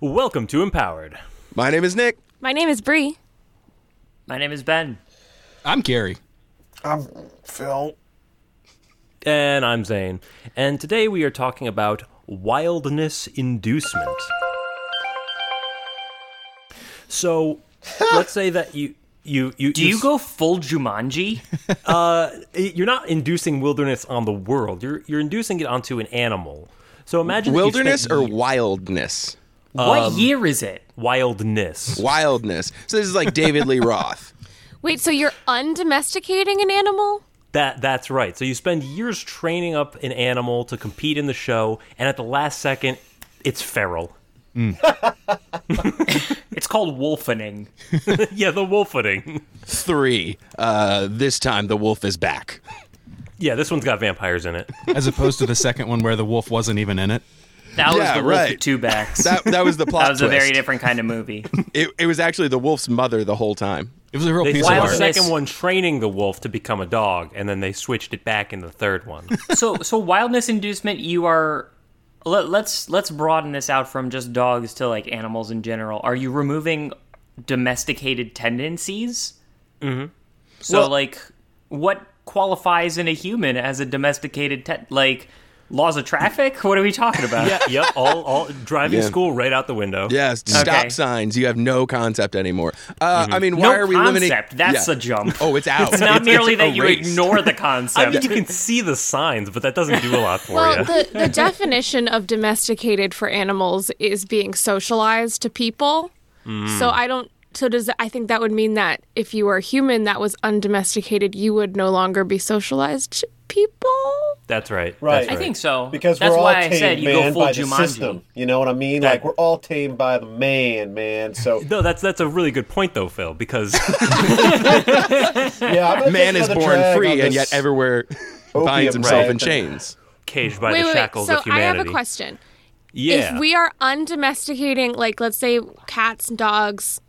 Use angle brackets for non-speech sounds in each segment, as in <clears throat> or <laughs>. Welcome to Empowered. My name is Nick. My name is Bree. My name is Ben. I'm Gary. I'm Phil. And I'm Zane. And today we are talking about wildness inducement. So let's say that you. You, you, Do you go full <laughs> Jumanji? You're not inducing wilderness on the world. You're you're inducing it onto an animal. So imagine that you Wilderness spent or ye- wildness? Um, what year is it? wildness. Wildness. So this is like David Lee Roth. Wait, so you're undomesticating an animal? That that's right. So you spend years training up an animal to compete in the show, and at the last second, it's feral. It's called wolfening. yeah, the wolfening. <laughs> Three. Uh, this time the wolf is back. Yeah, this one's got vampires in it. As opposed to the second one where the wolf wasn't even in it. That Yeah, was the wolf right. with two <laughs> backs. That, that was the plot. That was a very twist. different kind <laughs> of movie. It, it was actually the wolf's mother the whole time. It was a real They piece of spent the art. Wilderness. second one training the wolf to become a dog, and then they switched it back in the third one. so so wildness inducement you are let, let's let's broaden this out from just dogs to like animals in general are you removing domesticated tendencies mm-hmm. so like what qualifies in a human as a domesticated te- like laws of traffic what are we <laughs> talking about yeah, <laughs> yep. All all driving Yeah. school right out the window. Yes, Okay. stop signs. You have no concept anymore. Uh, I mean, why no are we concept limiting? that's Yeah. a jump Oh, <laughs> it's out. it's not merely that you erased. ignore the I concept mean, you can see the signs, but that doesn't do a lot for Well, you. the, <laughs> the definition of domesticated for animals is being socialized to people. Mm. So I don't. So does I think that would mean that if you were a human that was undomesticated, you would no longer be socialized to people. That's right. Right. That's right. I think so Because that's we're all why tamed, i said you man, go full by the jumanji system. You know what I mean? That- like we're all tamed by the man, <laughs> man. So no, that's that's a really good point though, Phil, because <laughs> yeah, I'm <laughs> gonna Man take is another born drag on free and this yet everywhere <laughs> binds himself rag. in chains. caged by Wait, the wait, wait. shackles So of I humanity. have a question. Yeah. If we are undomesticating, like let's say cats and dogs,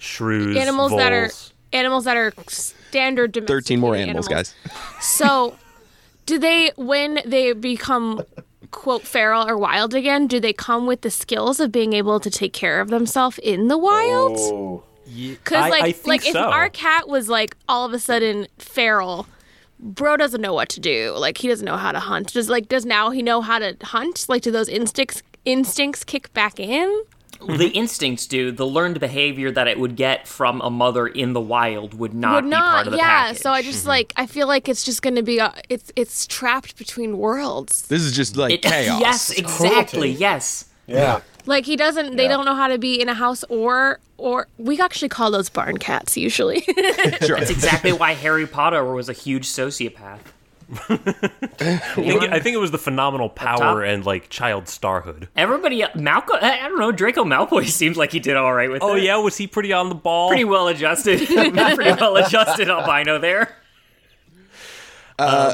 shrews, animals that are voles. animals that are standard domesticated Thirteen more animals, guys. So, do they when they become quote feral or wild again? Do they come with the skills of being able to take care of themselves in the wild? Oh. Ooh. Because I- like I think like if so. our cat was like all of a sudden feral, bro doesn't know what to do. Like he doesn't know how to hunt. Does like does now he know how to hunt? Like do those instincts instincts kick back in? the instincts do the learned behavior that it would get from a mother in the wild would not, would Ah, be part of the yeah. package. Mm-hmm. So I just like I feel like it's just going to be a, it's it's trapped between worlds. This is just like It- <laughs> chaos. Yes, exactly. cruelty. Yes. Yeah. Like he doesn't. They don't know how to be in a house or or we actually call those barn cats usually. <laughs> Sure. That's exactly why Harry Potter was a <laughs> huge sociopath. I think, it, I think it was the phenomenal top? power and like child starhood. Everybody, Malco, I I don't know, Draco Malfoy <laughs> seems like he did all right with Oh it. yeah, was he pretty on the ball? Pretty well adjusted. <laughs> Pretty well adjusted albino there. Uh,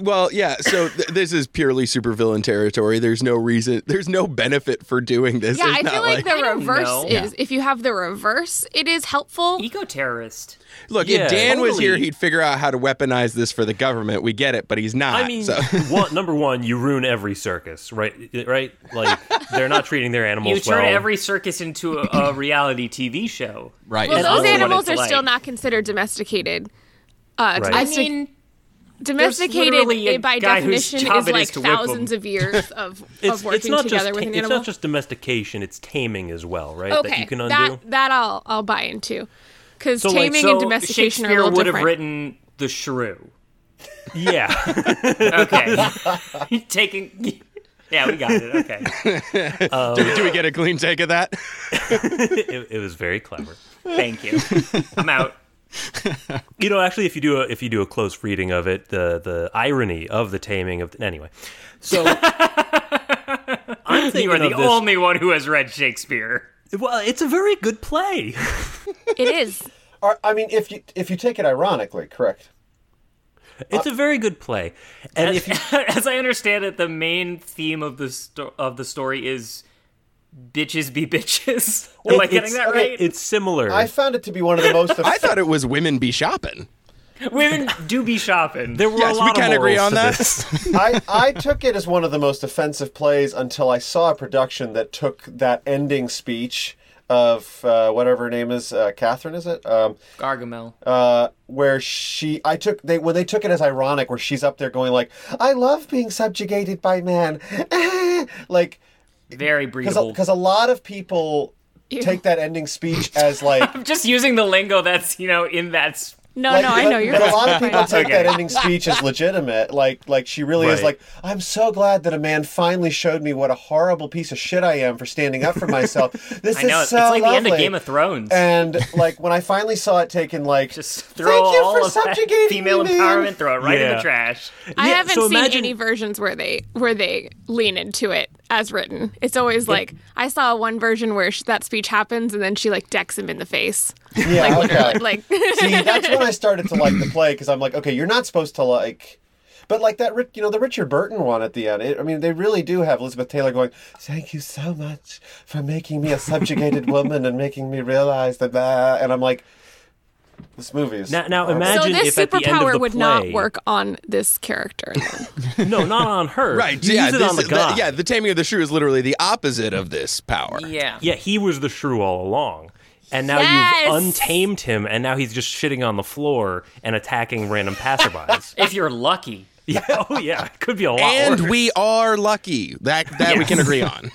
Well, yeah. So th- this is purely supervillain territory. There's no reason. There's no benefit for doing this. yeah, There's I not feel like, I the don't reverse know. is if you have the reverse, it is helpful. Eco terrorist. Look, Yeah, if Dan was here, totally. he'd figure out how to weaponize this for the government. We get it, but he's not. I mean, so. <laughs> one, number one, you ruin every circus, right? Right? Like they're not treating their You animals turn well. every circus <clears throat> into a, a reality TV show. Right. Well, And those also what animals it's are still like. not considered domesticated. Uh, Right. I domestic- mean, domesticated literally a it by guy whose definition job is it is like to whip 'em. thousands <laughs> of years of, it's, of working it's not together just with ta- an it's animal. not just domestication; it's taming as well, right? okay, that you can undo. that that I'll I'll buy into because So, like, taming so and domestication are a Shakespeare little would different. have written the shrew. <laughs> yeah. <laughs> Okay. Taking. Yeah, we got it. Okay. do, do we get a clean take of that? it, it was very clever. Thank you. I'm out. You know, actually, if you do a if you do a close reading of it, the the irony of the taming of anyway. So I'm thinking You are of the this- only one who has read Shakespeare. <laughs> Well, it's a very good play. <laughs> it is. Or, I mean, if you if you take it ironically, correct? It's a Uh, very good play, and if you As I understand it, the main theme of the sto- of the story is bitches be bitches. <laughs> Am I it's- getting that okay, right? it's similar. <laughs> <laughs> I found it to be one of the most. I thought it was women be shopping. Women do be shopping. There were Yes, a we lot of can agree morals on to that. this. I, I took it as one of the most offensive plays until I saw a production that took that ending speech of uh, whatever her name is, uh, Catherine, is it? Um, Gargamel. uh, where she, I took they when they took it as ironic, where she's up there going like, "I love being subjugated by man," <laughs> like Uh, Very breathable. because a lot of people take that ending speech <laughs> as like Just using the lingo that's, you know, in that. s- No, Like, no, I know but- you're. but A lot right. of people take Okay. that ending speech as legitimate. Like, like she really is. Right. Like, I'm so glad that a man finally showed me what a horrible piece of shit I am for standing up for <laughs> myself. This I know. It's is so like the end of lovely." Game of Thrones. And like when I finally saw it taken, like, Just throw thank you all for of that subjugating female me, man." empowerment, throw it right in Yeah. the trash. I Yeah, haven't so seen imagine- any versions where they where they lean into it as written. It's always like I saw one version where sh that speech happens and then she like decks him in the <laughs> face. Yeah, okay. Literally, <laughs> like See, that's when I started to like the play because I'm like, okay, you're not supposed to like. But like that, Ri- you know, the Richard Burton one at the end. It, I mean, they really do have Elizabeth Taylor going, "Thank you so much for making me a subjugated woman and making me realize that." Blah. And I'm like, this movie is Now- now horrible. imagine- so this if at the end of superpower the would not play- work on this character. then. no, not on her. Right. You yeah. use it this on the is- guy. yeah. The taming of the shrew is literally the opposite of this power. Yeah. Yeah, he was the shrew all along. And now Yes! you've untamed him, and now he's just shitting on the floor and attacking random <laughs> passerbys. If you're lucky. yeah, oh, yeah. It could be a lot And worse. we are lucky that that we can agree on.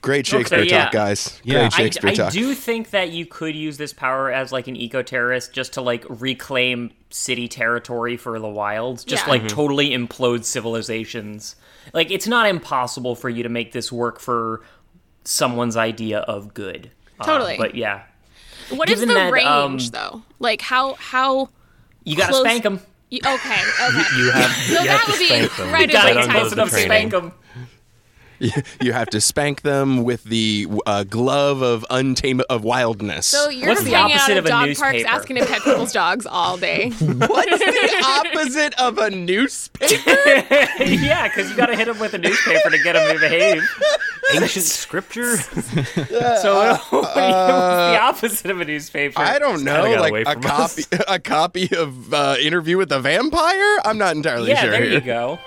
Great Shakespeare yeah. talk, guys. Yeah. Great I- I, Shakespeare I talk. do think that you could use this power as like an eco terrorist just to like reclaim city territory for the wilds, just Yeah. Mm-hmm. like totally implode civilizations. Like it's not impossible for you to make this work for someone's idea of good. Uh, Totally. but yeah, What is the Given that, range um, though? Like how how you gotta Close- spank them. y- <laughs> okay okay. You have, you that have to would be spank them. incredibly Right Gotta Right get under close the enough to training. spank them. you have to spank them with the uh, glove of untame of wildness. So you're What's the hanging out opposite at of a dog parks newspaper? asking to pet <laughs> people's dogs all day. What's the opposite of a newspaper? yeah, because you gotta hit them with a newspaper to get them to behave. Ancient <laughs> scripture? <laughs> So what's the opposite of a newspaper. uh, I don't know, got away like <laughs> a from us. copy, a copy of uh, Interview with the Vampire. I'm not entirely Yeah, sure. there here. you go.